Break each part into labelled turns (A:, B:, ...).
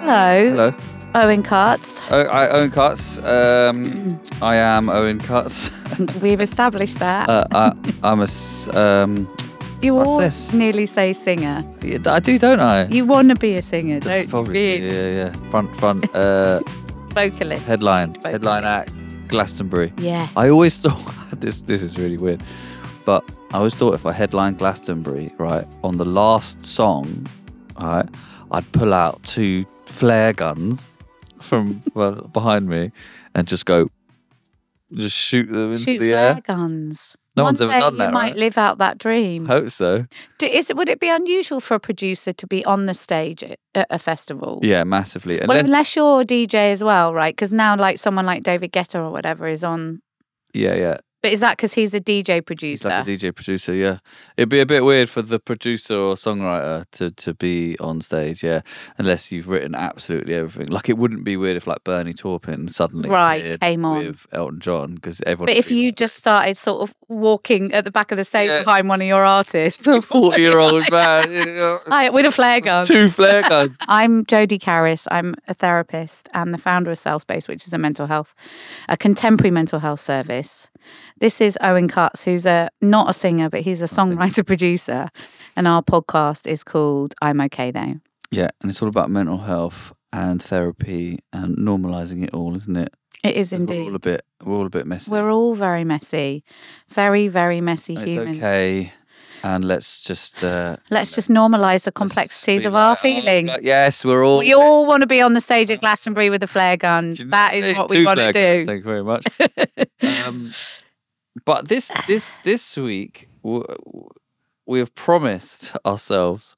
A: Hello,
B: Hello.
A: Owen Kurtz.
B: Oh, I, Owen Cutts. Um, I am Owen Cutts.
A: We've established that.
B: Uh, I, I'm a. s- Um,
A: you
B: what's
A: all
B: this?
A: nearly say singer.
B: yeah, I do, don't I?
A: You want to be a singer, don't
B: Probably.
A: you?
B: Yeah, yeah. Front, front. Uh,
A: Vocalist.
B: headline.
A: Vocalist.
B: Headline act. Glastonbury.
A: Yeah.
B: I always thought this. This is really weird, but I always thought if I headline Glastonbury, right, on the last song, right, I'd pull out two flare guns from well, behind me and just go, just shoot them into
A: Shoot
B: the
A: flare
B: air.
A: guns.
B: No
A: One
B: one's ever
A: day
B: done
A: you
B: that,
A: might
B: right?
A: live out that dream.
B: Hope so.
A: Do, is it, would it be unusual for a producer to be on the stage at, at a festival?
B: Yeah, massively. And
A: Well,
B: then,
A: unless you're a DJ as well, right? Because now, like someone like David Guetta or whatever is on.
B: yeah, yeah.
A: But is that because he's a DJ
B: He's
A: producer?
B: like a DJ producer, yeah. It'd be a bit weird for the producer or songwriter to, to be on stage, yeah. Unless you've written absolutely everything. Like it wouldn't be weird if like Bernie Taupin suddenly
A: Right,
B: appeared
A: came on.
B: with Elton John because everyone.
A: but
B: would
A: if
B: be
A: you
B: like,
A: just started sort of walking at the back of the stage
B: Yeah.
A: behind one of your artists,
B: forty year old man you know,
A: I, with a flare gun.
B: two flare guns.
A: I'm Jodie Carris. I'm a therapist and the founder of Cell Space, which is a mental health, a contemporary mental health service. This is Owen Cutts, who's a not a singer, but he's a songwriter producer, and our podcast is called "I'm Okay Though."
B: yeah, and it's all about mental health and therapy and normalizing it all, isn't it?
A: It is
B: 'Cause We're all a
A: indeed.
B: bit we're all a bit messy.
A: We're all very messy, very very messy
B: And it's
A: humans.
B: okay. And let's just uh
A: Let's just normalise the complexities
B: be
A: of our
B: like, oh,
A: feelings.
B: like, yes, we're all
A: We all want to be on the stage at Glastonbury with a flare gun.
B: Do you
A: That
B: know-
A: is what
B: two
A: we want to
B: flag guns,
A: do.
B: Thank you very much. um, but this this this week w- w- we have promised ourselves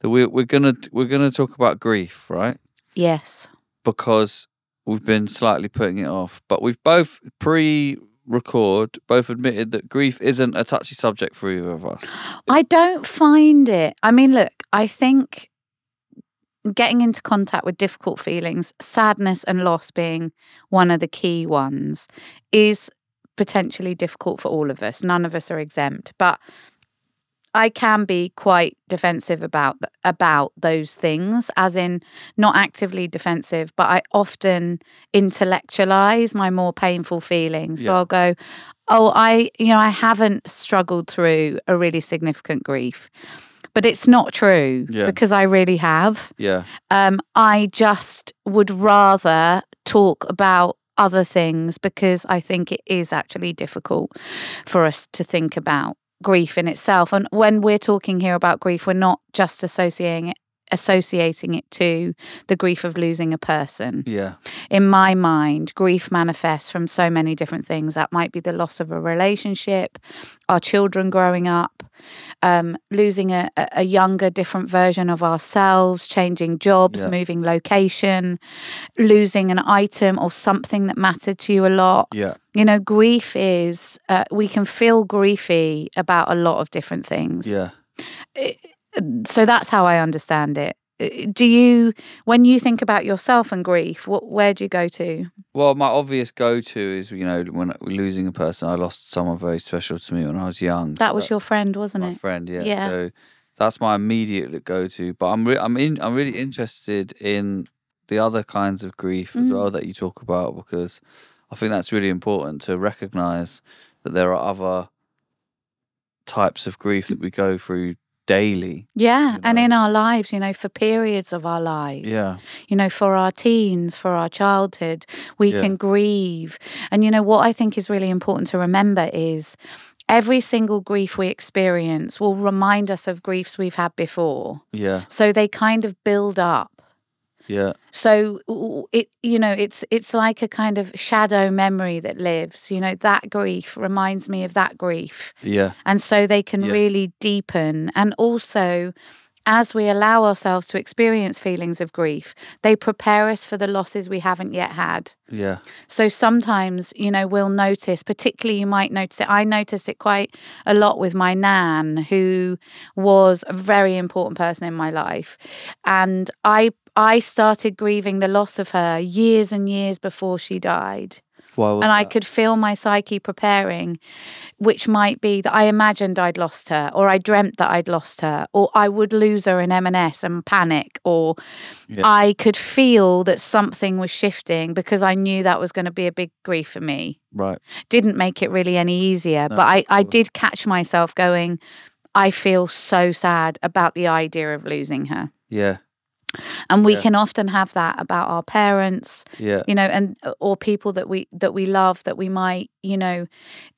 B: that we, we're gonna we're gonna talk about grief, right?
A: Yes.
B: Because we've been slightly putting it off, but we've both pre-record both admitted that grief isn't a touchy subject for either of us.
A: I don't find it. I mean, look, I think getting into contact with difficult feelings, sadness and loss being one of the key ones, is potentially difficult for all of us. None of us are exempt, but I can be quite defensive about th- about those things, as in not actively defensive, but I often intellectualize my more painful feelings. So
B: Yeah.
A: I'll go, oh, I you know I haven't struggled through a really significant grief, but it's not true
B: Yeah.
A: because I really have.
B: Yeah,
A: Um, I just would rather talk about other things because I think it is actually difficult for us to think about grief in itself. And when we're talking here about grief, we're not just associating it associating it to the grief of losing a person
B: yeah,
A: in my mind, grief manifests from so many different things. That might be the loss of a relationship, our children growing up, um, losing a, a a younger, different version of ourselves, changing jobs,
B: Yeah.
A: moving location, losing an item or something that mattered to you a lot.
B: yeah,
A: You know, grief is, uh, we can feel griefy about a lot of different things.
B: yeah.
A: So that's how I understand it. Uh, Do you, when you think about yourself and grief, what, where do you go to?
B: Well, my obvious go-to is you know when losing a person, I lost someone very special to me when I was young.
A: That was
B: but-
A: your friend, wasn't
B: my
A: it?
B: friend. Yeah.
A: Yeah.
B: So that's my immediate go to. But I'm re- I'm in I'm really interested in the other kinds of grief as
A: Mm.
B: well that you talk about because I think that's really important to recognise that there are other types of grief that we go through daily.
A: Yeah.
B: You
A: And
B: know.
A: in our lives, you know, for periods of our lives.
B: Yeah.
A: You know, for our teens, for our childhood, we
B: Yeah.
A: can grieve. And, you know, what I think is really important to remember is every single grief we experience will remind us of griefs we've had before.
B: Yeah.
A: So they kind of build up.
B: Yeah.
A: So w- it you know it's it's like a kind of shadow memory that lives you know that grief reminds me of that grief
B: Yeah.
A: And so they can
B: Yes.
A: really deepen. And also, as we allow ourselves to experience feelings of grief, they prepare us for the losses we haven't yet had.
B: Yeah.
A: So sometimes, you know, we'll notice, particularly you might notice it. I noticed it quite a lot with my nan, who was a very important person in my life. And I I started grieving the loss of her years and years before she died.
B: Why was
A: and I
B: that?
A: could feel my psyche preparing, which might be that I imagined I'd lost her, or I dreamt that I'd lost her, or I would lose her in M&S and panic, or
B: Yeah.
A: I could feel that something was shifting because I knew that was going to be a big grief for me.
B: right.
A: Didn't make it really any easier,
B: No,
A: but I,
B: of
A: I
B: course.
A: did catch myself going, I feel so sad about the idea of losing her.
B: Yeah.
A: And we
B: Yeah.
A: can often have that about our parents,
B: Yeah.
A: you know and uh, or people that we that we love that we might you know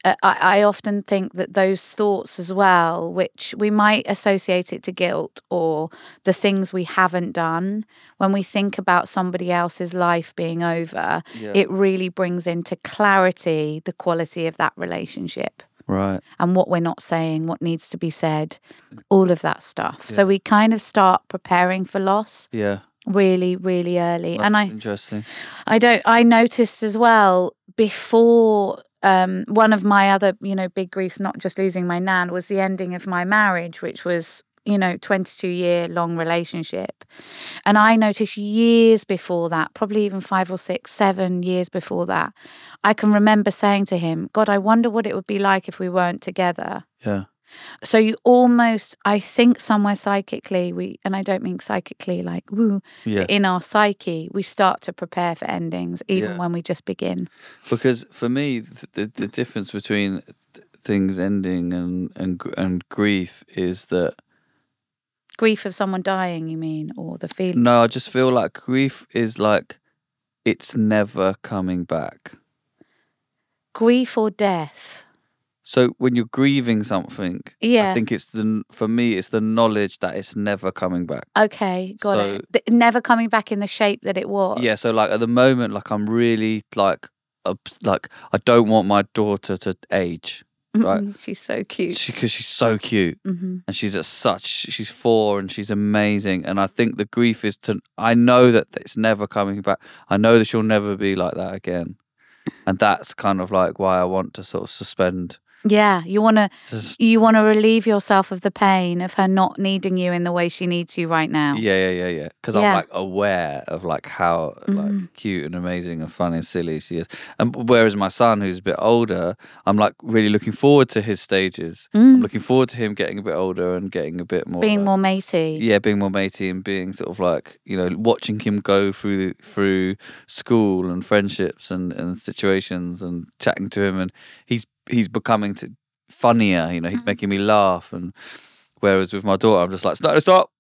A: uh, I, I often think that those thoughts as well which we might associate it to guilt or the things we haven't done when we think about somebody else's life being over
B: Yeah.
A: it really brings into clarity the quality of that relationship
B: right.
A: and what we're not saying what needs to be said all of that stuff so
B: Yeah.
A: we kind of start preparing for loss
B: Yeah.
A: really really early and i
B: That's interesting.
A: I don't. I noticed as well before um, one of my other, you know, big griefs, not just losing my nan, was the ending of my marriage, which was you know 22 year long relationship and i noticed years before that probably even five or six seven years before that i can remember saying to him god i wonder what it would be like if we weren't together
B: Yeah.
A: so you almost i think somewhere psychically we and i don't mean psychically like woo
B: Yeah.
A: in our psyche, we start to prepare for endings, even
B: Yeah.
A: when we just begin.
B: Because for me, th- the, the difference between th- things ending and and gr- and grief is that
A: Grief of someone dying, you mean, or the feeling?
B: no, I just feel like grief is like it's never coming back.
A: Grief or death?
B: So when you're grieving something, I
A: Yeah.
B: think it's the for me it's the knowledge that it's never coming back.
A: Okay, got it. Th- Never coming back in the shape that it was.
B: Yeah, so like at the moment, like I'm really like, obs- like I don't want my daughter to age right.
A: Mm-mm, She's so cute.
B: because she's so cute
A: hmm
B: and she's at such she's four and she's amazing and i think the grief is to i know that it's never coming back i know that she'll never be like that again and that's kind of like why i want to sort of suspend
A: Yeah, you want to
B: just-
A: you want to relieve yourself of the pain of her not needing you in the way she needs you right now.
B: yeah yeah yeah yeah because i'm
A: Yeah.
B: like aware of like how like
A: Mhm.
B: cute and amazing and fun and silly she is and whereas my son who's a bit older i'm like really looking forward to his stages i'm
A: Mm,
B: looking forward to him getting a bit older and getting a bit more
A: being
B: like,
A: more matey.
B: yeah, being more matey and being sort of like you know watching him go through through school and friendships and and situations and chatting to him and he's he's becoming to funnier. You know, he's
A: Mhm.
B: making me laugh and whereas with my daughter, I'm just like stop, stop,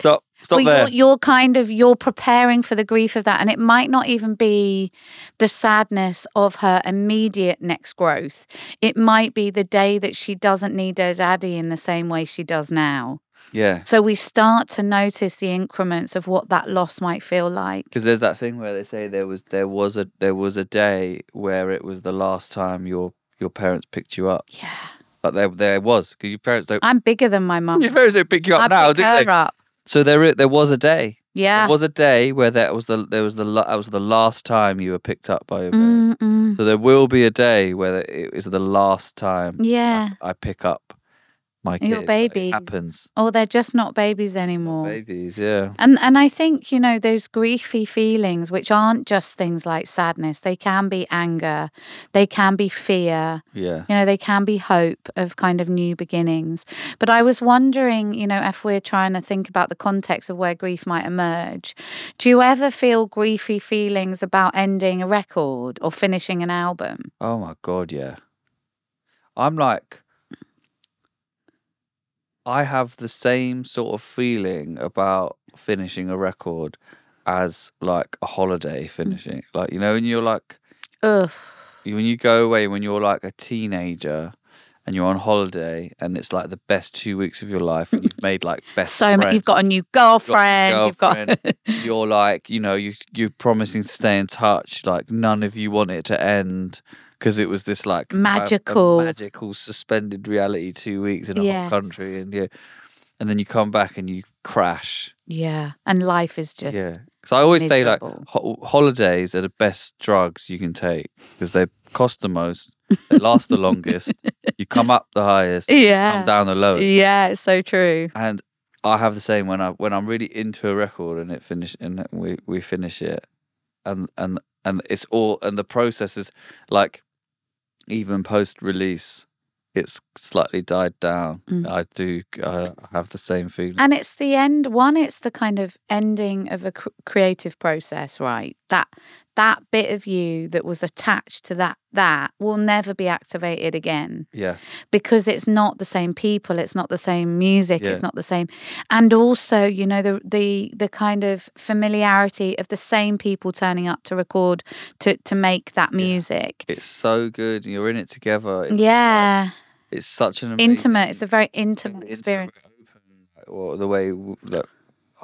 B: stop, stop
A: well,
B: there.
A: You're, you're kind of you're preparing for the grief of that, and it might not even be the sadness of her immediate next growth. It might be the day that she doesn't need her daddy in the same way she does now.
B: Yeah,
A: So we start to notice the increments of what that loss might feel like.
B: because there's that thing where they say there was there was a there was a day where it was the last time your your parents picked you up,
A: Yeah,
B: but there there was because your parents don't
A: I'm bigger than my mum.
B: your parents don't pick you
A: I
B: up now,
A: pick
B: do
A: her
B: they?
A: up.
B: So there i- there was a day.
A: Yeah.
B: There was a day where that was the there was the la- that was the last time you were picked up by your
A: Mm.
B: parents.
A: Mm-mm.
B: So there will be a day where it is the last time
A: Yeah.
B: I, I pick up my kid.
A: Your
B: Like,
A: baby. Oh.
B: it happens.
A: Or Oh, they're just not babies anymore.
B: Babies, yeah,
A: And and I think you know those griefy feelings, which aren't just things like sadness. They can be anger, they can be fear.
B: yeah,
A: You know, they can be hope of kind of new beginnings. But I was wondering, you know, if we're trying to think about the context of where grief might emerge, do you ever feel griefy feelings about ending a record or finishing an album?
B: Oh my god, yeah. I'm like, I have the same sort of feeling about finishing a record as like a
A: Mm.
B: holiday finishing. Like you know, and you're like.
A: Ugh.
B: you- when you go away when you're like a teenager and you're on holiday and it's like the best two weeks of your life and you've made like best
A: So ma-
B: friends.
A: you've got a new girlfriend, you've got,
B: you're like you know you you're promising to stay in touch like none of you want it to end because it was this like a- a
A: Magical.
B: magical suspended reality two weeks in a
A: Yeah.
B: hot country and yeah and then you come back and you crash
A: yeah, and life is just
B: yeah because I always say like
A: miserable.
B: ho- holidays are the best drugs you can take because they cost the most, they last the longest, you come up the highest,
A: yeah.
B: come down the lowest.
A: Yeah, it's so true.
B: And I have the same when I when I'm really into a record and it finish and we we finish it, and and and it's all and the process is like even post release it's slightly died down
A: Mm.
B: i do uh, have the same feeling
A: And it's the end one. It's the kind of ending of a cr- creative process, right? That that bit of you that was attached to that that will never be activated again
B: yeah
A: because it's not the same people. It's not the same music.
B: Yeah.
A: It's not the same. And also, you know, the the the kind of familiarity of the same people turning up to record to to make that music.
B: it's so good you're in it together
A: Yeah,
B: it's, it's such an
A: intimate.
B: amazing-
A: It's a very intimate
B: intimate,
A: experience.
B: open, like, well the way w- that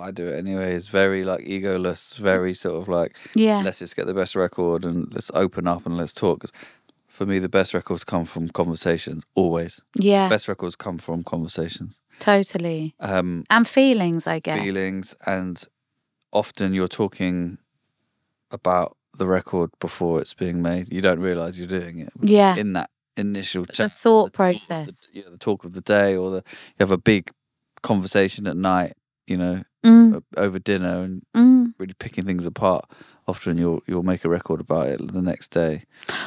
B: i do it anyway is very like egoless very sort of like
A: Yeah.
B: let's just get the best record and let's open up and let's talk 'Cause for me the best records come from conversations always
A: Yeah.
B: best records come from conversations
A: Totally.
B: um
A: And feelings, I guess.
B: feelings and often you're talking about the record before it's being made you don't realize you're doing it
A: Yeah.
B: in that initial
A: the
B: chat
A: thought
B: the talk of
A: process.
B: the- you know, the talk of the day or the you have a big conversation at night you know
A: Mm,
B: o- over dinner and
A: mm.
B: really picking things apart often you'll you'll make a record about it the next day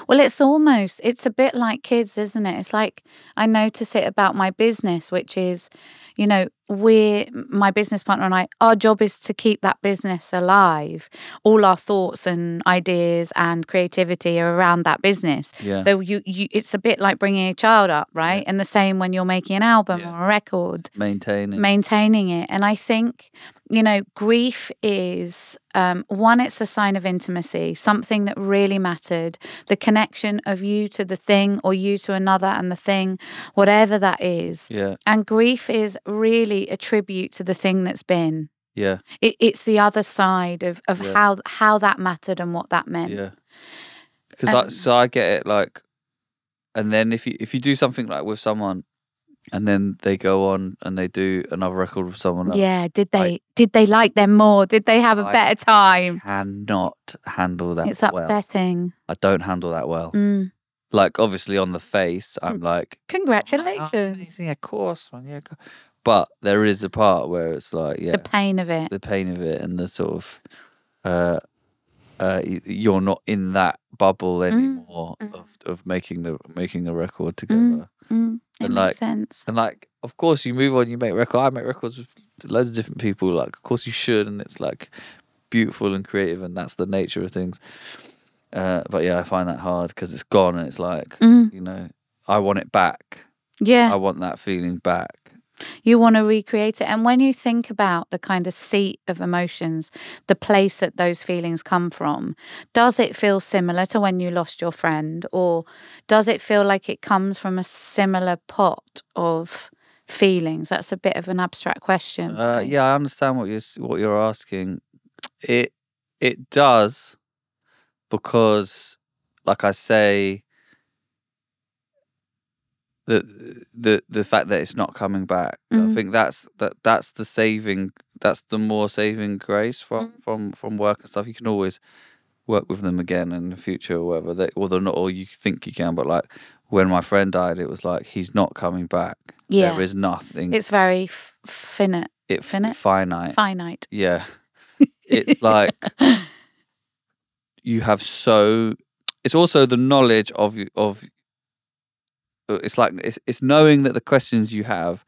A: Well, it's almost, it's a bit like kids, isn't it? It's like I notice it about my business, which is, you know, we're, my business partner and I, our job is to keep that business alive. All our thoughts and ideas and creativity are around that business.
B: yeah
A: So you, you, it's a bit like bringing a child up, right? And the same when you're making an album
B: Yeah.
A: or a record.
B: maintaining
A: maintaining it. And I think, you know, grief is um, one, it's a sign of intimacy, something that really mattered, the connection of you to the thing or you to another and the thing, whatever that is.
B: yeah
A: And grief is really a tribute to the thing that's been.
B: yeah
A: It, it's the other side of, of
B: Yeah.
A: how how that mattered and what that meant.
B: yeah because I,
A: Um,
B: so i get it like and then if you if you do something like with someone and then they go on and they do another record with someone else
A: Yeah, Did they
B: I-
A: did they like them more? Did they have a
B: I-
A: better time?
B: cannot handle that
A: It's upsetting.
B: well i don't handle that well
A: Mm.
B: like obviously on the face i'm like "Oh my God,
A: Congratulations.
B: amazing, yeah, of course man yeah go-" but there is a part where it's like yeah
A: The pain of it.
B: the pain of it and the sort of uh uh y- you're not in that bubble anymore
A: mm.
B: of, of making the making a record together
A: Mm. Mm, it
B: And,
A: makes
B: like,
A: sense.
B: and like of course you move on you make record i make records with loads of different people like of course you should and it's like beautiful and creative and that's the nature of things uh but yeah i find that hard because it's gone and it's like
A: Mm,
B: you know i want it back
A: yeah,
B: i want that feeling back
A: you want to recreate it. And when you think about the kind of seat of emotions, the place that those feelings come from, does it feel similar to when you lost your friend? Or does it feel like it comes from a similar pot of feelings? That's a bit of an abstract question.
B: Uh,
A: right?
B: yeah, I understand what you're s- what you're asking. It it does because, like I say, the the the fact that it's not coming back. I
A: Mhm.
B: think that's that that's the saving. That's the more saving grace from
A: Mm-hmm.
B: from from work and stuff. You can always work with them again in the future or whatever. They, or they're not all you think you can. But like when my friend died, it was like he's not coming back.
A: Yeah.
B: there is nothing.
A: It's very f- finite.
B: it f-
A: finite.
B: finite.
A: finite.
B: Yeah. It's like you have so it's also the knowledge of y- of uh, it's like it's it's knowing that the questions you have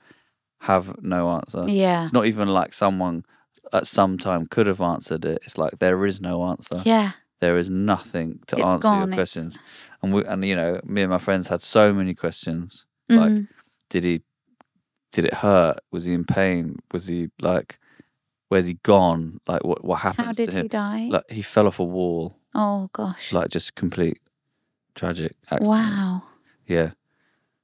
B: have no answer.
A: yeah.
B: It's not even like someone at some time could have answered it. It's like there is no answer.
A: Yeah.
B: There is nothing to
A: It's
B: answer
A: gone,
B: your
A: it's-
B: questions. And we and you know, me and my friends had so many questions. Like,
A: Mm,
B: Did he did it hurt? Was he in pain? Was he like where's he gone? Like what what
A: How
B: happens
A: did
B: to him?
A: he die?
B: like he fell off a wall
A: oh, gosh.
B: like just complete tragic accident
A: wow.
B: yeah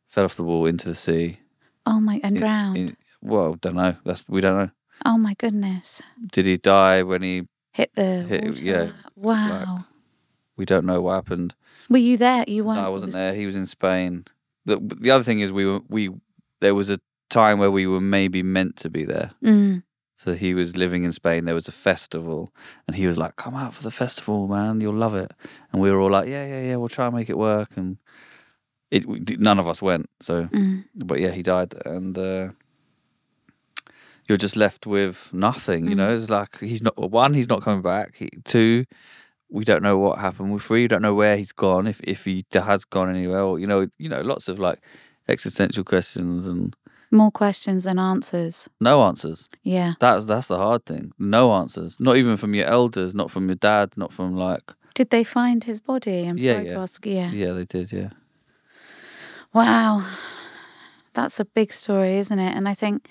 B: fell off the wall into the sea
A: Oh, my. And
B: in-
A: drowned.
B: in, well don't know that's we don't know
A: Oh my goodness.
B: did he die when he
A: Hit the
B: Hit-
A: water.
B: yeah,
A: Wow.
B: we don't know what happened
A: Were you there? You
B: no
A: weren't.
B: i
A: it
B: wasn't
A: was-
B: there he was in spain the, the other thing is we were we there was a time where we were maybe meant to be there
A: Mm.
B: so he was living in spain there was a festival and he was like come out for the festival man you'll love it and we were all like yeah yeah yeah we'll try and make it work and it we- none of us went so
A: Mm.
B: but yeah, he died, and uh, you're just left with nothing. You
A: Mm.
B: know, it's like he's not one, he's not coming back. He, two, We don't know what happened with Free. We don't know where he's gone, if if he d- has gone anywhere, or you know, you know, lots of like existential questions and
A: More questions than answers.
B: no answers.
A: Yeah.
B: That's that's the hard thing. No answers. Not even from your elders. Not from your dad. Not from like.
A: Did they find his body? I'm
B: Yeah,
A: sorry to
B: yeah.
A: ask. Yeah.
B: Yeah, they did. Yeah.
A: Wow. That's a big story, isn't it? And I think,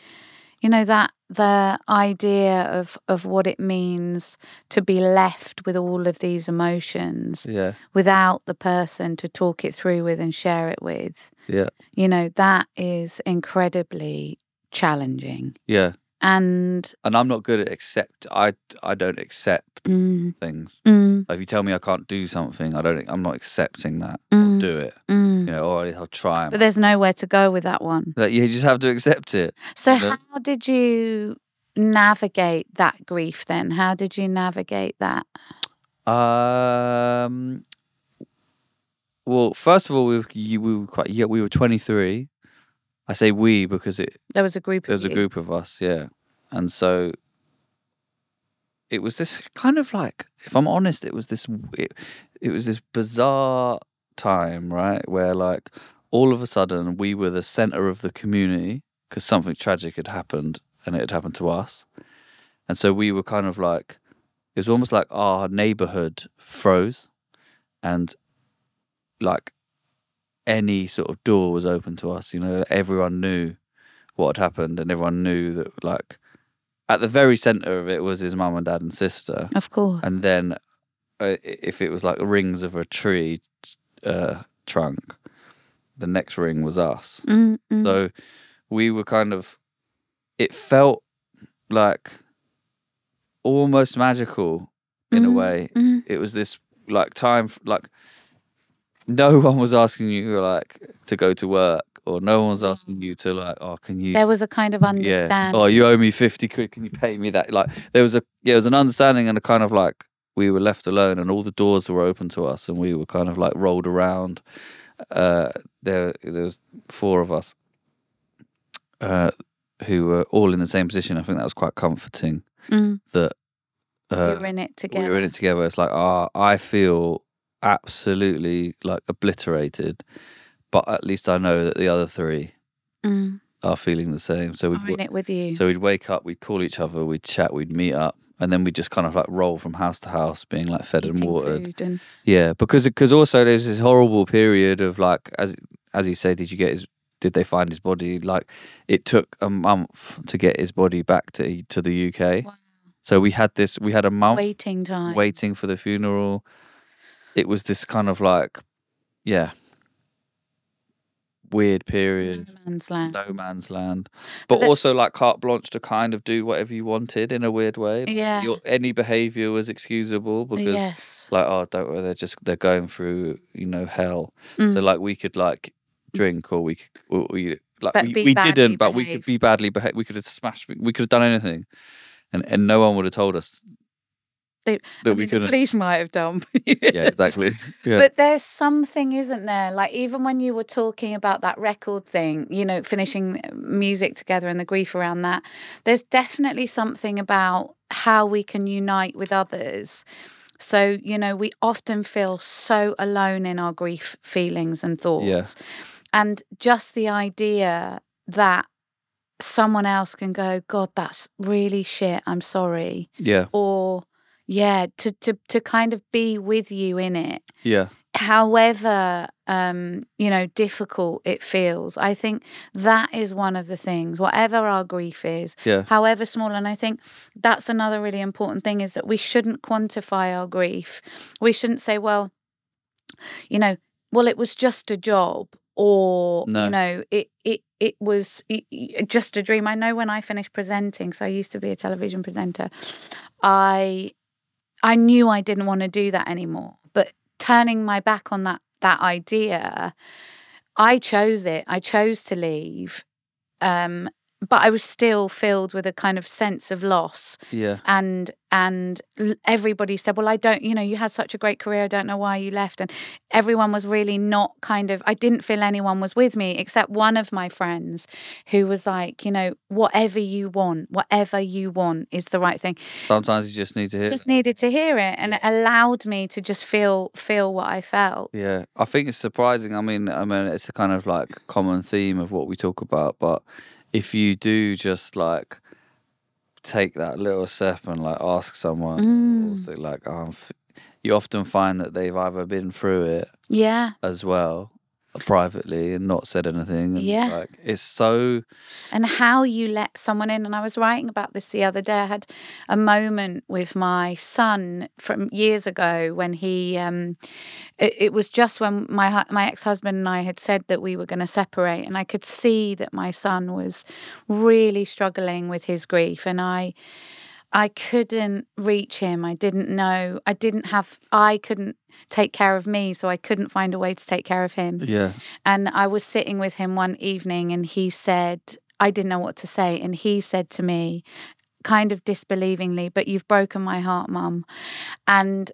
A: you know, that the idea of, of what it means to be left with all of these emotions
B: Yeah.
A: without the person to talk it through with and share it with,
B: Yeah.
A: you know, that is incredibly challenging.
B: Yeah.
A: And
B: And I'm not good at accept. I I don't accept
A: mm,
B: things.
A: mm,
B: Like if you tell me I can't do something, I don't. I'm not accepting that.
A: mm,
B: Do it.
A: mm.
B: You know. Or I'll try. and-
A: but there's nowhere to go with that one.
B: Like you just have to accept it.
A: So,
B: Yeah.
A: how did you navigate that grief then? How did you navigate that?
B: Um. Well, first of all, we were, you- we were quite yeah. We were 23. I say we because it
A: There was a group of
B: there was a
A: you.
B: group of us, yeah, and so it was this kind of like, if I'm honest, it was this w- it, it was this bizarre time, right, where like all of a sudden we were the center of the community because something tragic had happened and it had happened to us, and so we were kind of like it was almost like our neighborhood froze and like any sort of door was open to us you know everyone knew what had happened and everyone knew that like at the very center of it was his mum and dad and sister
A: Of course.
B: and then uh, i- if it was like rings of a tree uh, trunk the next ring was us
A: Mm, mm.
B: so we were kind of, it felt like almost magical in a
A: Mm,
B: way.
A: mm.
B: It was this like time, f- like no one was asking you like to go to work or no one was asking you to like, oh, can you?
A: There was a kind of
B: yeah.
A: understanding.
B: Oh, you owe me 50 quid. Can you pay me that? Like there was a, yeah, it was an understanding and a kind of like, we were left alone and all the doors were open to us and we were kind of like rolled around. Uh, there, there was four of us uh, who were all in the same position. I think that was quite comforting
A: Mm,
B: that
A: we
B: uh,
A: were in it
B: we
A: together.
B: were in it together. It's like, ah, I feel absolutely like obliterated, but at least I know that the other three
A: Mm,
B: are feeling the same. So
A: we're
B: we'd,
A: in it with you.
B: so we'd wake up, we'd call each other, we'd chat, we'd meet up, and then we'd just kind of like roll from house to house, being like fed and
A: eating
B: watered.
A: food and-
B: Yeah, because because also there was this horrible period of like as as you say, did you get his? Did they find his body? Like it took a month to get his body back to to the UK.
A: Wow.
B: So we had this. We had a month
A: waiting time.
B: Um, waiting for the funeral. It was this kind of like, yeah, weird
A: No
B: period,
A: man's land.
B: no man's land,
A: But
B: but,
A: the-
B: also like carte blanche to kind of do whatever you wanted in a weird way. Like,
A: Yeah.
B: your, any behavior was excusable because
A: yes.
B: like oh don't worry they're just they're going through you know hell so
A: Mm.
B: like we could like drink or we could or we, like
A: But
B: we,
A: be
B: we
A: badly
B: didn't but we could
A: behaved.
B: be badly behaved we could have smashed we could have done anything and and no one would have told us
A: They- I
B: that we
A: mean, The
B: couldn't
A: police might have done.
B: yeah exactly yeah
A: But there's something, isn't there? Like even when you were talking about that record thing, you know, finishing uh, music together and the grief around that, there's definitely something about how we can unite with others. So, you know, we often feel so alone in our grief feelings and thoughts.
B: Yeah.
A: And just the idea that someone else can go, God, that's really shit. I'm sorry.
B: yeah
A: Or yeah, to to to kind of be with you in it
B: yeah
A: however um you know difficult it feels i think that is one of the things whatever our grief is
B: yeah
A: however small and i think that's another really important thing is that we shouldn't quantify our grief we shouldn't say well you know well it was just a job or
B: No.
A: you know it it it was i- i- just a dream i know when i finished presenting so i used to be a television presenter i i knew i didn't want to do that anymore but turning my back on that that idea i chose it i chose to leave um but I was still filled with a kind of sense of loss.
B: Yeah.
A: And and l- everybody said, "Well, I don't, you know, you had such a great career. I don't know why you left." And everyone was really not kind of. I didn't feel anyone was with me except one of my friends, who was like, you know, whatever you want, whatever you want is the right thing.
B: Sometimes you just need to hit.
A: Just needed to hear it, and it allowed me to just feel feel what I felt.
B: Yeah, I think it's surprising. I mean, I mean, it's a kind of like common theme of what we talk about. But if you do just like take that little step and like ask someone, or
A: Mm.
B: say, like, oh, I'm f-, you often find that they've either been through it
A: Yeah,
B: as well uh, privately and not said anything. and,
A: Yeah.
B: like it's so
A: and how you let someone in. And I was writing about this the other day. I had a moment with my son from years ago when he, um, it, it was just when my hu- my ex husband and I had said that we were going to separate, and I could see that my son was really struggling with his grief, and I. I couldn't reach him. I didn't know. I didn't have, I couldn't take care of me. So I couldn't find a way to take care of him.
B: yeah
A: And I was sitting with him one evening and he said, I didn't know what to say. And he said to me, kind of disbelievingly, but you've broken my heart, mum. And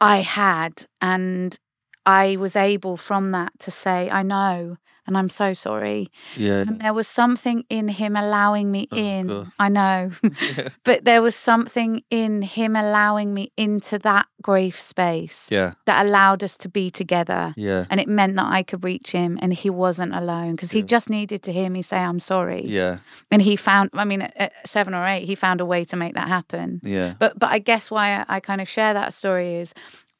A: I had. And I was able from that to say, I know. And I'm so sorry.
B: yeah
A: And there was something in him allowing me
B: Oh,
A: in.
B: God.
A: I know.
B: yeah
A: but there was something in him allowing me into that grief space
B: yeah
A: that allowed us to be together
B: yeah
A: and it meant that I could reach him and he wasn't alone because he
B: Yeah.
A: just needed to hear me say I'm sorry
B: yeah
A: and he found I mean at- at 7 or 8 he found a way to make that happen
B: yeah
A: but but I guess why I, I kind of share that story is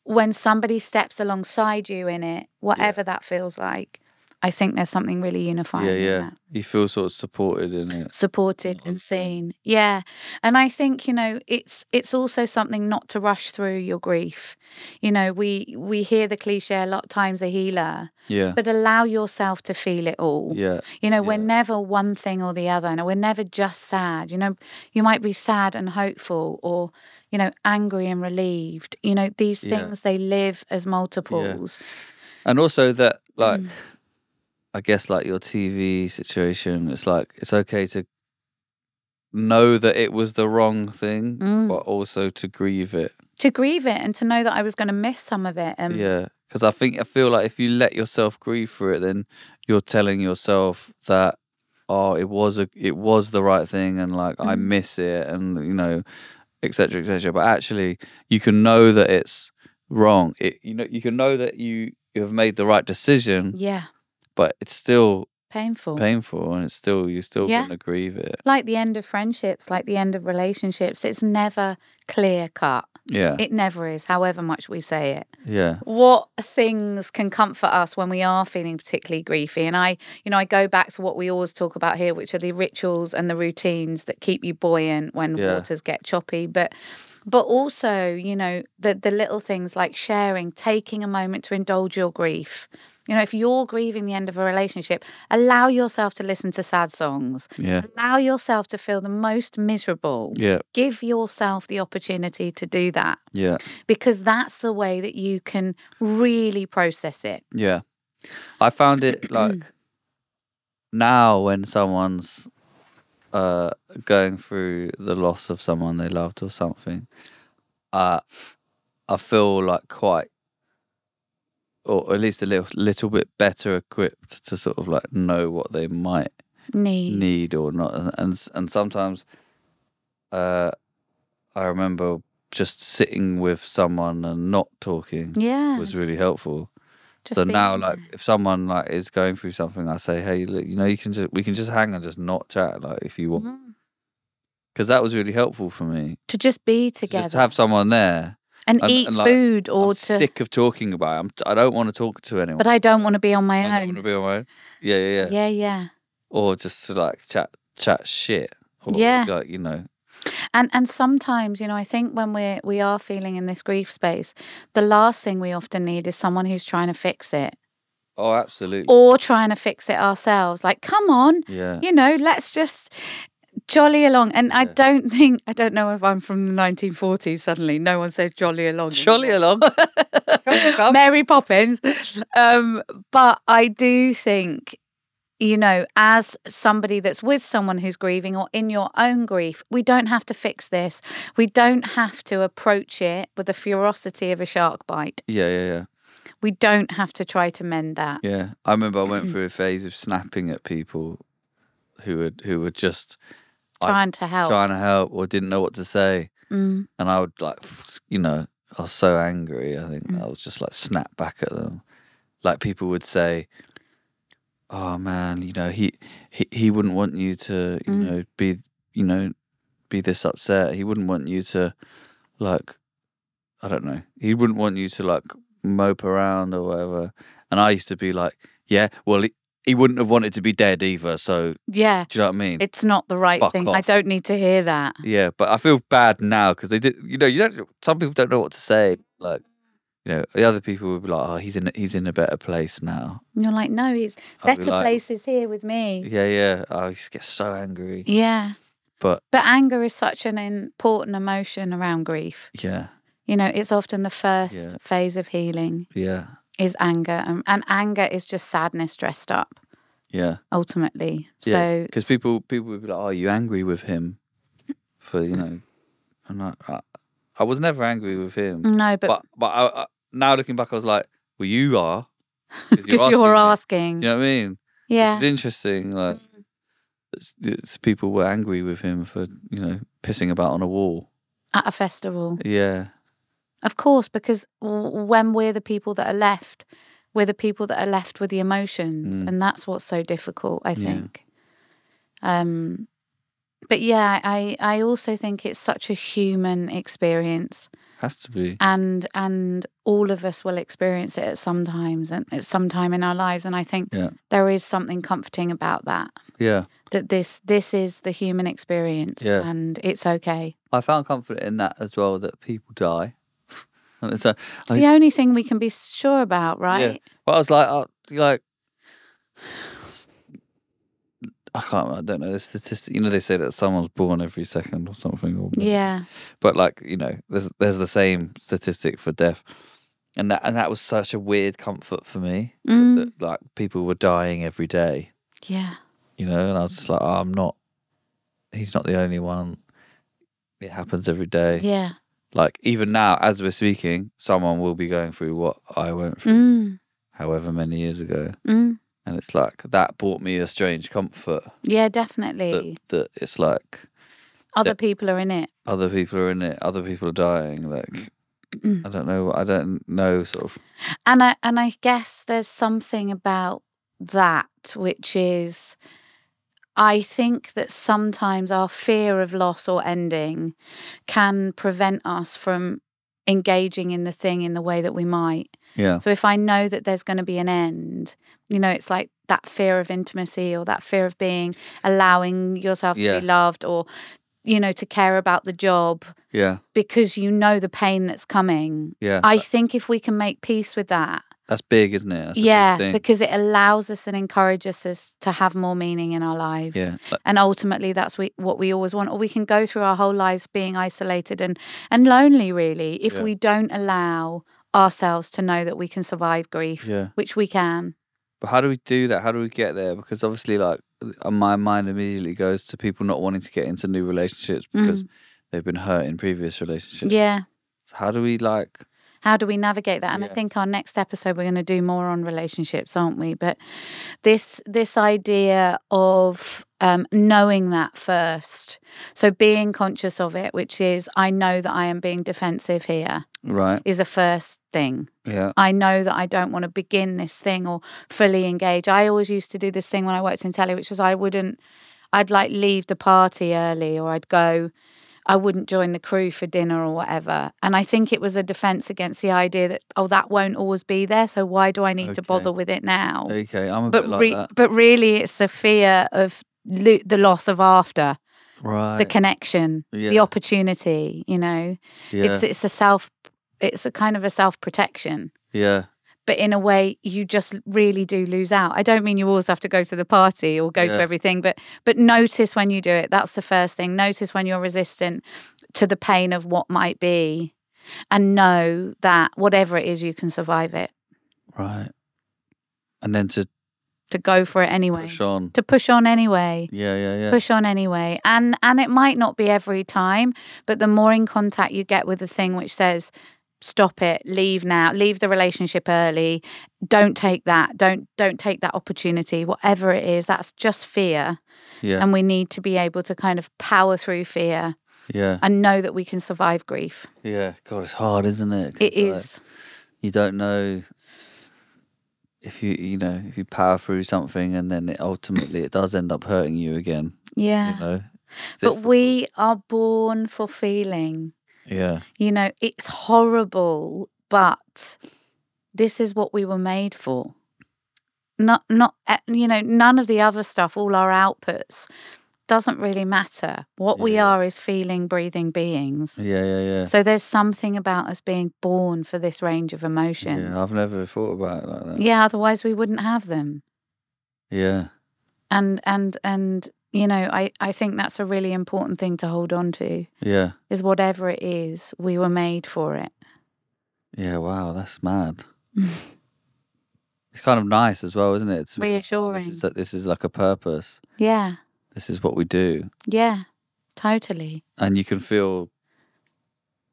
A: when somebody steps alongside you in it whatever that feels like I think there's something really unifying
B: yeah
A: in
B: yeah Mm-hmm.
A: that
B: you feel sort of supported in it
A: supported and seen yeah and i think you know it's it's also something not to rush through your grief you know we we hear the cliche a lot of times a healer
B: yeah
A: but allow yourself to feel it all
B: yeah
A: you know we're
B: yeah.
A: never one thing or the other and we're never just sad you know you might be sad and hopeful or you know angry and relieved you know these
B: Yeah.
A: things they live as multiples
B: and also that like
A: Mm.
B: i guess like your tv situation it's like it's okay to know that it was the wrong thing
A: Mm.
B: but also to grieve it
A: to grieve it and to know that i was going to miss some of it um, and
B: yeah because i think i feel like if you let yourself grieve for it then you're telling yourself that oh it was a it was the right thing and like i
A: Mm.
B: miss it and you know etc cetera, etc cetera. but actually you can know that it's wrong it you know you can know that you you have made the right decision
A: yeah
B: but it's still
A: painful
B: painful and it's still you're still
A: Yeah.
B: gonna grieve it.
A: like the end of friendships, like the end of relationships, it's never clear cut.
B: Yeah.
A: It never is, however much we say it.
B: yeah.
A: What things can comfort us when we are feeling particularly griefy? And I, you know, I go back to what we always talk about here, which are the rituals and the routines that keep you buoyant when
B: Yeah.
A: waters get choppy. But but also, you know, the the little things like sharing, taking a moment to indulge your grief. You know, if you're grieving the end of a relationship, allow yourself to listen to sad songs.
B: Yeah.
A: Allow yourself to feel the most miserable.
B: Yeah.
A: Give yourself the opportunity to do that
B: Yeah.
A: because that's the way that you can really process it.
B: Yeah. I found it like now when someone's uh going through the loss of someone they loved or something, uh I feel like quite or at least a little little bit better equipped to sort of like know what they might
A: Need.
B: need or not and and, s- and sometimes uh i remember just sitting with someone and not talking
A: Yeah.
B: was really helpful
A: just
B: so
A: being
B: now
A: in
B: like
A: there.
B: if someone like is going through something i say hey look you know you can just we can just hang and just not chat like if you want
A: Mm.
B: because that was really helpful for me
A: to just be
B: to
A: together
B: just have someone there
A: and,
B: and-
A: eat
B: and, like,
A: food or
B: i'm
A: to
B: sick of talking about it. I'm, t- i don't want to talk to anyone
A: but I don't want to be on
B: i
A: my
B: don't want
A: own.
B: to be on my own yeah yeah yeah,
A: yeah, yeah.
B: or just to like chat chat shit or
A: Yeah.
B: like you know
A: And and sometimes, you know, I think when we're we are feeling in this grief space, the last thing we often need is someone who's trying to fix it.
B: oh absolutely
A: or trying to fix it ourselves. Like, come on,
B: yeah
A: you know, let's just jolly along. And I
B: Yeah.
A: don't think, I don't know if I'm from the 1940s suddenly. No one says jolly along.
B: Surely
A: anymore.
B: along. Come on, come.
A: Mary Poppins. Um, but I do think you know, as somebody that's with someone who's grieving or in your own grief, we don't have to fix this. We don't have to approach it with the ferocity of a shark bite.
B: Yeah, yeah, yeah.
A: We don't have to try to mend that.
B: Yeah, I remember I went through a phase of snapping at people who were who were just I-
A: Trying to help.
B: trying to help or didn't know what to say,
A: Mm.
B: and I would like, you know, I was so angry. I think
A: Mm.
B: I was just like snap back at them. Like people would say, "Oh man, you know he he, he wouldn't want you to you
A: Mm.
B: know be you know be this upset. He wouldn't want you to like I don't know. He wouldn't want you to like mope around or whatever." And I used to be like, "Yeah, well." He, he wouldn't have wanted to be dead either. So,
A: Yeah,
B: do you know what I mean?
A: it's not the right
B: Fuck
A: thing. I
B: off.
A: don't need to hear that.
B: Yeah, but I feel bad now because they did. You know, you don't. Some people don't know what to say. Like, you know, the other people would be like, "Oh, he's in. He's in a better place now."
A: And you're like, no, it's
B: I'd be
A: better
B: like,
A: places here with me.
B: Yeah, yeah. I just get so angry.
A: Yeah.
B: But-
A: but anger is such an important emotion around grief.
B: Yeah,
A: You know, it's often the first
B: Yeah.
A: phase of healing
B: yeah,
A: is anger, and, and anger is just sadness dressed up
B: yeah.
A: ultimately.
B: Yeah,
A: So
B: Because people, people would be like, "Oh, you angry with him?" For you know, and I, I, I was never angry with him.
A: no, Mm, but
B: But but I, I, now looking back, I was like, "Well, you are." Because
A: if you're
B: asking.
A: asking,
B: me." You know what I mean?
A: yeah,
B: It's interesting. Like,
A: Mm.
B: it's, it's people were angry with him for you know pissing about on a wall.
A: at a festival,
B: Yeah,
A: of course, because w- when we're the people that are left, we're the people that are left with the emotions,
B: Mm.
A: and that's what's so difficult, I
B: Yeah.
A: think. Um, but yeah, I I also think it's such a human experience.
B: has to be.
A: and and all of us will experience it at some times and at some time in our lives and i think
B: Yeah.
A: there is something comforting about that
B: Yeah,
A: that this this is the human experience
B: Yeah.
A: and it's okay
B: I found comfort in that as well. That people die. and it's like,
A: it's
B: I
A: the only thing we can be sure about right
B: but I was like, I, like, s- I can't. I don't know the statistic. You know, they say that someone's born every second or something. Or
A: yeah
B: but like you know there's there's the same statistic for death and that and that was such a weird comfort for me that-
A: Mm.
B: that, like people were dying every day
A: yeah
B: you know and i was just like oh, i'm not he's not the only one it happens every day
A: yeah
B: like even now as we're speaking someone will be going through what i went through
A: mm,
B: however many years ago
A: mm.
B: and it's like that brought me a strange comfort
A: yeah
B: that,
A: definitely
B: that it's like
A: other people are in it
B: other people are in it other people are dying like
A: Mm.
B: i don't know i don't know sort of
A: and i and i guess there's something about that which is i think that sometimes our fear of loss or ending can prevent us from engaging in the thing in the way that we might
B: yeah
A: so if i know that there's going to be an end you know it's like that fear of intimacy or that fear of being allowing yourself to
B: Yeah.
A: be loved or you know to care about the job
B: yeah
A: because you know the pain that's coming
B: Yeah,
A: i think if we can make peace with that
B: that's big, isn't it? That's a big
A: yeah
B: thing.
A: because it allows us and encourages us to have more meaning in our lives
B: yeah, like-
A: and ultimately that's we, what we always want or we can go through our whole lives being isolated and and lonely really if
B: Yeah.
A: we don't allow ourselves to know that we can survive grief
B: yeah.
A: which we can
B: But how do we do that? How do we get there? Because obviously, like, uh, my mind immediately goes to people not wanting to get into new relationships
A: Mm.
B: because they've been hurt in previous relationships.
A: yeah
B: So how do we like?
A: how do we navigate that and i
B: Yeah.
A: think our next episode we're going to do more on relationships aren't we but this this idea of um, knowing that first so being conscious of it which is i know that i am being defensive here
B: Right.
A: is a first thing
B: Yeah.
A: I know that I don't want to begin this thing or fully engage. I always used to do this thing when I worked in telly, which was I wouldn't, I'd like leave the party early or I'd go, I wouldn't join the crew for dinner or whatever. And I think it was a defense against the idea that, oh, that won't always be there. So why do I need to
B: Okay.
A: bother with it now?
B: Okay. I'm a
A: But,
B: bit like
A: re-
B: that.
A: but really, it's a fear of lo- the loss of after,
B: Right.
A: the connection, the
B: Yeah.
A: opportunity, you know?
B: yeah.
A: It's, it's a self, it's a kind of a self protection
B: yeah.
A: but in a way you just really do lose out i don't mean you always have to go to the party or go
B: Yeah.
A: to everything but but notice when you do it that's the first thing notice when you're resistant to the pain of what might be and know that whatever it is you can survive it
B: Right. And then to
A: to go for it anyway,
B: Push on.
A: to push on anyway.
B: Yeah, yeah, yeah.
A: Push on anyway. And and it might not be every time, but the more in contact you get with the thing which says stop it, leave now, leave the relationship early, don't take that, don't don't take that opportunity, whatever it is, that's just fear.
B: yeah,
A: And we need to be able to kind of power through fear
B: yeah,
A: and know that we can survive grief.
B: yeah. God, it's hard, isn't it? 'Cause,
A: It
B: like,
A: is.
B: you don't know if you you know if you power through something and then it ultimately it does end up hurting you again.
A: Yeah.
B: You know. Is it
A: But we are born for feeling.
B: Yeah,
A: You know, it's horrible, but this is what we were made for. Not, not, eh, you know, none of the other stuff, all our outputs doesn't really matter. What we
B: Yeah.
A: are is feeling, breathing beings.
B: yeah, yeah, yeah.
A: So there's something about us being born for this range of emotions.
B: Yeah, I've never thought about it like that.
A: yeah otherwise we wouldn't have them.
B: Yeah,
A: And, and, and, you know, I, I think that's a really important thing to hold on to.
B: yeah,
A: is whatever it is, we were made for it.
B: yeah. Wow, that's mad. it's kind of nice as well, isn't it? To be like, oh, This
A: Reassuring.
B: is, this is like a purpose.
A: Yeah,
B: This is what we do,
A: yeah, totally.
B: and you can feel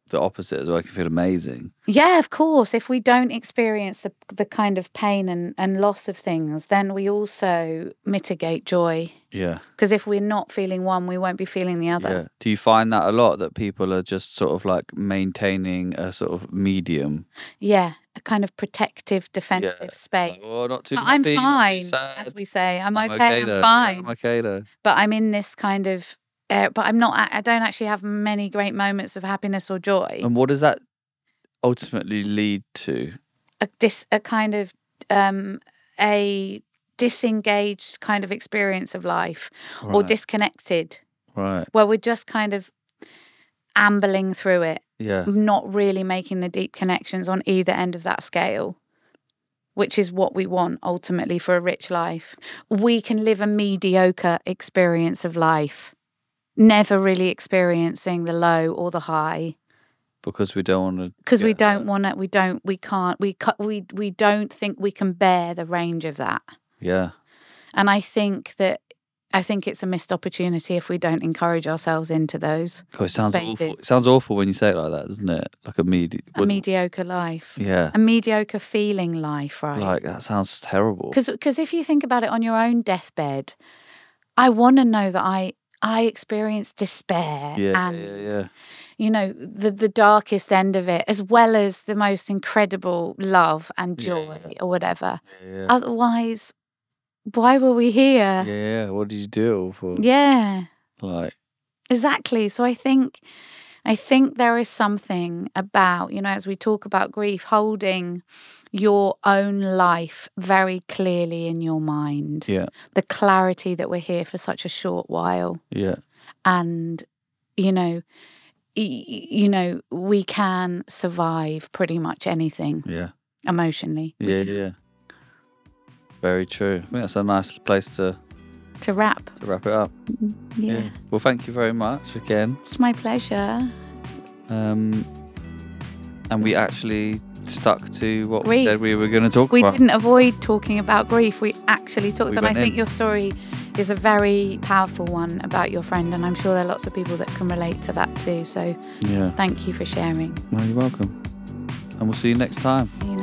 B: the opposite as well. You can feel amazing.
A: Yeah, of course. If we don't experience the, the kind of pain and, and loss of things, then we also mitigate joy.
B: Yeah.
A: Because if we're not feeling one, we won't be feeling the other.
B: Yeah. Do you find that a lot that people are just sort of like maintaining a sort of medium?
A: Yeah, a kind of protective, defensive space.
B: Like, oh, not too.
A: But I'm
B: happy, not too
A: fine,
B: sad.
A: as we say. I'm,
B: I'm
A: okay, I'm
B: though. Yeah,
A: fine.
B: I'm okay though.
A: but I'm in this kind of, uh, but I'm not, I I don't actually have many great moments of happiness or joy.
B: And what does that ultimately lead to?
A: a dis a kind of um a disengaged kind of experience of life or
B: Right,
A: disconnected
B: right.
A: where we're just kind of ambling through it
B: Yeah.
A: not really making the deep connections on either end of that scale which is what we want ultimately for a rich life we can live a mediocre experience of life never really experiencing the low or the high
B: Because we don't want to.
A: because we don't want to we don't we can't we cut we we don't think we can bear the range of that
B: Yeah.
A: and i think that i think it's a missed opportunity if we don't encourage ourselves into those
B: God, it sounds
A: Space
B: awful.
A: it.
B: It sounds awful when you say it like that, doesn't it? Like a medi.
A: a
B: what-
A: mediocre life
B: Yeah.
A: a mediocre feeling life right
B: Like that sounds terrible.
A: because if you think about it on your own deathbed i want to know that i i experienced despair
B: Yeah. yeah,
A: and
B: Yeah. Yeah.
A: you know the the darkest end of it as well as the most incredible love and
B: Yeah,
A: joy
B: yeah.
A: or whatever
B: Yeah. Yeah.
A: Otherwise, why were we
B: yeah.
A: here?
B: yeah. What did you do it all for?
A: Yeah.
B: Like.
A: exactly. So I think, I think there is something about you know as we talk about grief, holding your own life very clearly in your mind.
B: Yeah.
A: The clarity that we're here for such a short while,
B: Yeah.
A: and you know, y- y- you know, we can survive pretty much anything
B: Yeah.
A: emotionally. We
B: Yeah,
A: can-
B: yeah. Very true. I think that's a nice place to,
A: To wrap,
B: to wrap it up.
A: yeah,
B: Well, thank you very much again.
A: it's my pleasure.
B: Um, and we actually stuck to what we
A: Great.
B: said we were going to talk
A: We
B: about.
A: didn't avoid talking about grief. We actually talked,
B: We
A: and I
B: went
A: think
B: in.
A: your story is a very powerful one about your friend, and I'm sure there are lots of people that can relate to that too. So
B: Yeah.
A: thank you for sharing.
B: Well, you're welcome. And we'll see you next time.
A: You